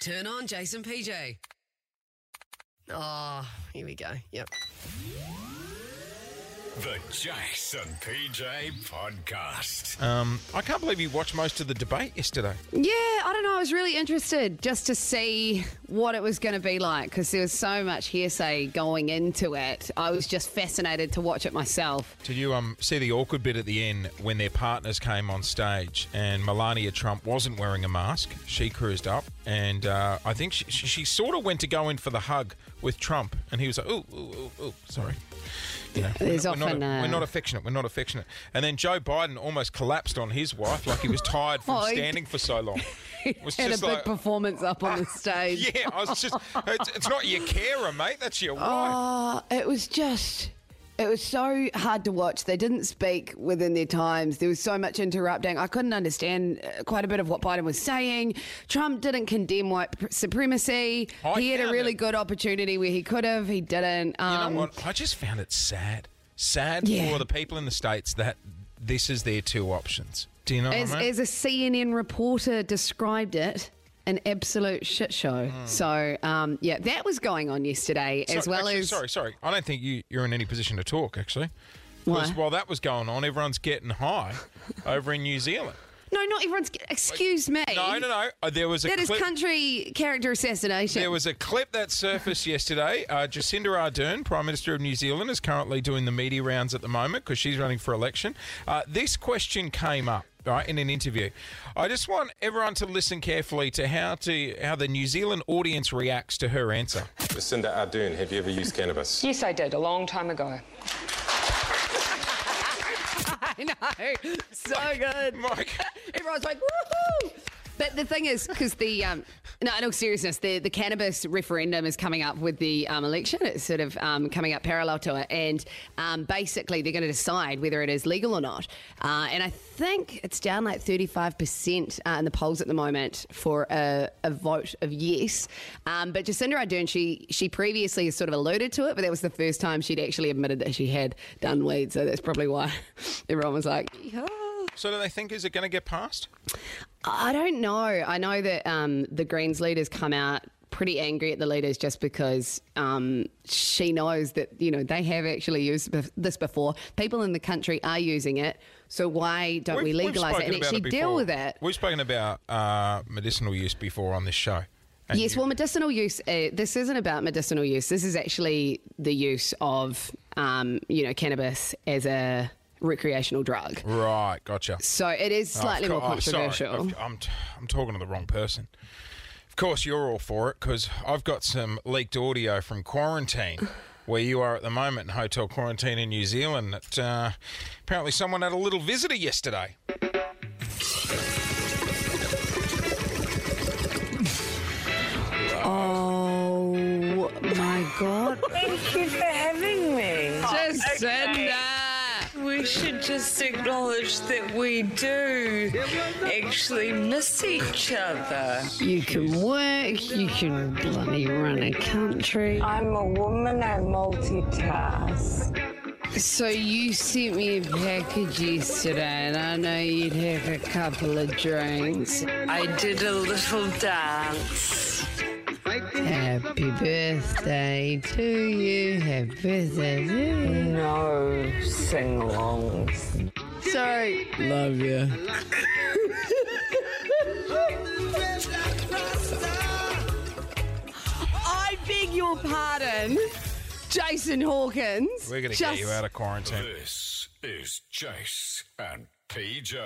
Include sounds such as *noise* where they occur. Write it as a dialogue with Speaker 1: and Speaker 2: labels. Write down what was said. Speaker 1: Turn on Jason PJ. Oh, here we go. Yep.
Speaker 2: The Jason PJ Podcast.
Speaker 3: Um, I can't believe you watched most of the debate yesterday.
Speaker 4: Yeah, I don't know. I was really interested just to see what it was going to be like because there was so much hearsay going into it. I was just fascinated to watch it myself.
Speaker 3: Did you um, see the awkward bit at the end when their partners came on stage and Melania Trump wasn't wearing a mask? She cruised up and uh, I think she, she, she sort of went to go in for the hug with Trump and he was like, ooh, ooh, ooh, ooh sorry. You know,
Speaker 4: There's
Speaker 3: we're, not,
Speaker 4: often,
Speaker 3: we're, not,
Speaker 4: uh,
Speaker 3: we're not affectionate. We're not affectionate. And then Joe Biden almost collapsed on his wife like he was tired
Speaker 4: *laughs*
Speaker 3: from
Speaker 4: Oh, he-
Speaker 3: standing for
Speaker 4: *laughs*
Speaker 3: so long. It was
Speaker 4: Had a
Speaker 3: just
Speaker 4: big
Speaker 3: like,
Speaker 4: performance up on the
Speaker 3: *laughs*
Speaker 4: stage.
Speaker 3: yeah, I was just, it's, it's not your carer, mate. That's your wife.
Speaker 4: *laughs* Oh, it was just. It was so hard to watch. They didn't speak within their times. There was so much interrupting. I couldn't understand uh, quite a bit of what Biden was saying. Trump didn't condemn white pr- supremacy.
Speaker 3: Oh, I
Speaker 4: he had a
Speaker 3: found
Speaker 4: really
Speaker 3: it-
Speaker 4: good opportunity where he could have. He didn't.
Speaker 3: You
Speaker 4: Um,
Speaker 3: know what? I just found it sad. Sad
Speaker 4: Yeah.
Speaker 3: for the people in the States that this is their two options. Do you know
Speaker 4: As,
Speaker 3: what I mean?
Speaker 4: as a CNN reporter described it, an absolute shit show. So, um, yeah, that was going on yesterday
Speaker 3: So-
Speaker 4: as well
Speaker 3: actually,
Speaker 4: as.
Speaker 3: Hmm. Sorry, sorry. I don't think you, you're in any position to talk, actually. Because
Speaker 4: Why?
Speaker 3: while that was going on, everyone's getting high over in New Zealand.
Speaker 4: No, not everyone's. Excuse me.
Speaker 3: No, no, no. Uh, There was a
Speaker 4: That is
Speaker 3: clip.
Speaker 4: country character assassination.
Speaker 3: There was a clip that surfaced yesterday. Uh, Jacinda Ardern, Prime Minister of New Zealand, is currently doing the media rounds at the moment because she's running for election. Uh, this question came up. Right, in an interview, I just want everyone to listen carefully to how to how the New Zealand audience reacts to her answer. *laughs*
Speaker 5: Jacinda Ardern, have you ever used cannabis?
Speaker 6: Yes, I did, a long time ago.
Speaker 4: *laughs* I know. So good.
Speaker 3: Mike,
Speaker 4: Everyone's like, woohoo! But the thing is, because the um, no, in all seriousness, the, the cannabis referendum is coming up with the um, election. It's sort of um, coming up parallel to it, and um, basically they're going to decide whether it is legal or not. Uh, and I think it's down like thirty five percent uh, in the polls at the moment for a, a vote of yes. Um, but Jacinda Ardern, she she previously has sort of alluded to it, but that was the first time she'd actually admitted that she had done weed. So that's probably why *laughs* everyone was like, yeah.
Speaker 3: so do they think is it going to get passed?
Speaker 4: I don't know. I know that um, the Greens leaders come out pretty angry at the leaders just because um, she knows that you know they have actually used bef- this before. People in the country are using it, so why don't we
Speaker 3: We've- we've
Speaker 4: legalize it
Speaker 3: spoken
Speaker 4: and
Speaker 3: about
Speaker 4: actually deal
Speaker 3: before.
Speaker 4: with it?
Speaker 3: We've spoken about uh, medicinal use before on this show. And
Speaker 4: Yes,
Speaker 3: you-
Speaker 4: well, medicinal use. Uh, this isn't about medicinal use. This is actually the use of um, you know cannabis as a recreational drug.
Speaker 3: right, gotcha.
Speaker 4: So it is slightly
Speaker 3: Oh, of
Speaker 4: more
Speaker 3: cour- oh,
Speaker 4: controversial.
Speaker 3: sorry. Of- I'm, t- I'm talking to the wrong person. Of course, you're all for it because I've got some leaked audio from quarantine
Speaker 4: *laughs*
Speaker 3: where you are at the moment in hotel quarantine in New Zealand. That, uh, apparently, someone had a little visitor yesterday.
Speaker 4: Oh my god,
Speaker 7: *laughs* Thank you for having me.
Speaker 4: Jacinda!
Speaker 7: We should just acknowledge that we do actually miss each other.
Speaker 4: You can work, you can bloody run a country.
Speaker 7: I'm a woman, I multitask.
Speaker 4: So you sent me a package yesterday and I know you'd have a couple of drinks.
Speaker 7: I did a little dance.
Speaker 4: Happy birthday to you. Happy birthday to you.
Speaker 7: No sing alongs.
Speaker 4: Sorry. Love you. I beg your pardon. Jason Hawkins.
Speaker 3: We're going to
Speaker 4: Just-
Speaker 3: get you out of quarantine.
Speaker 2: This is Jace and PJ.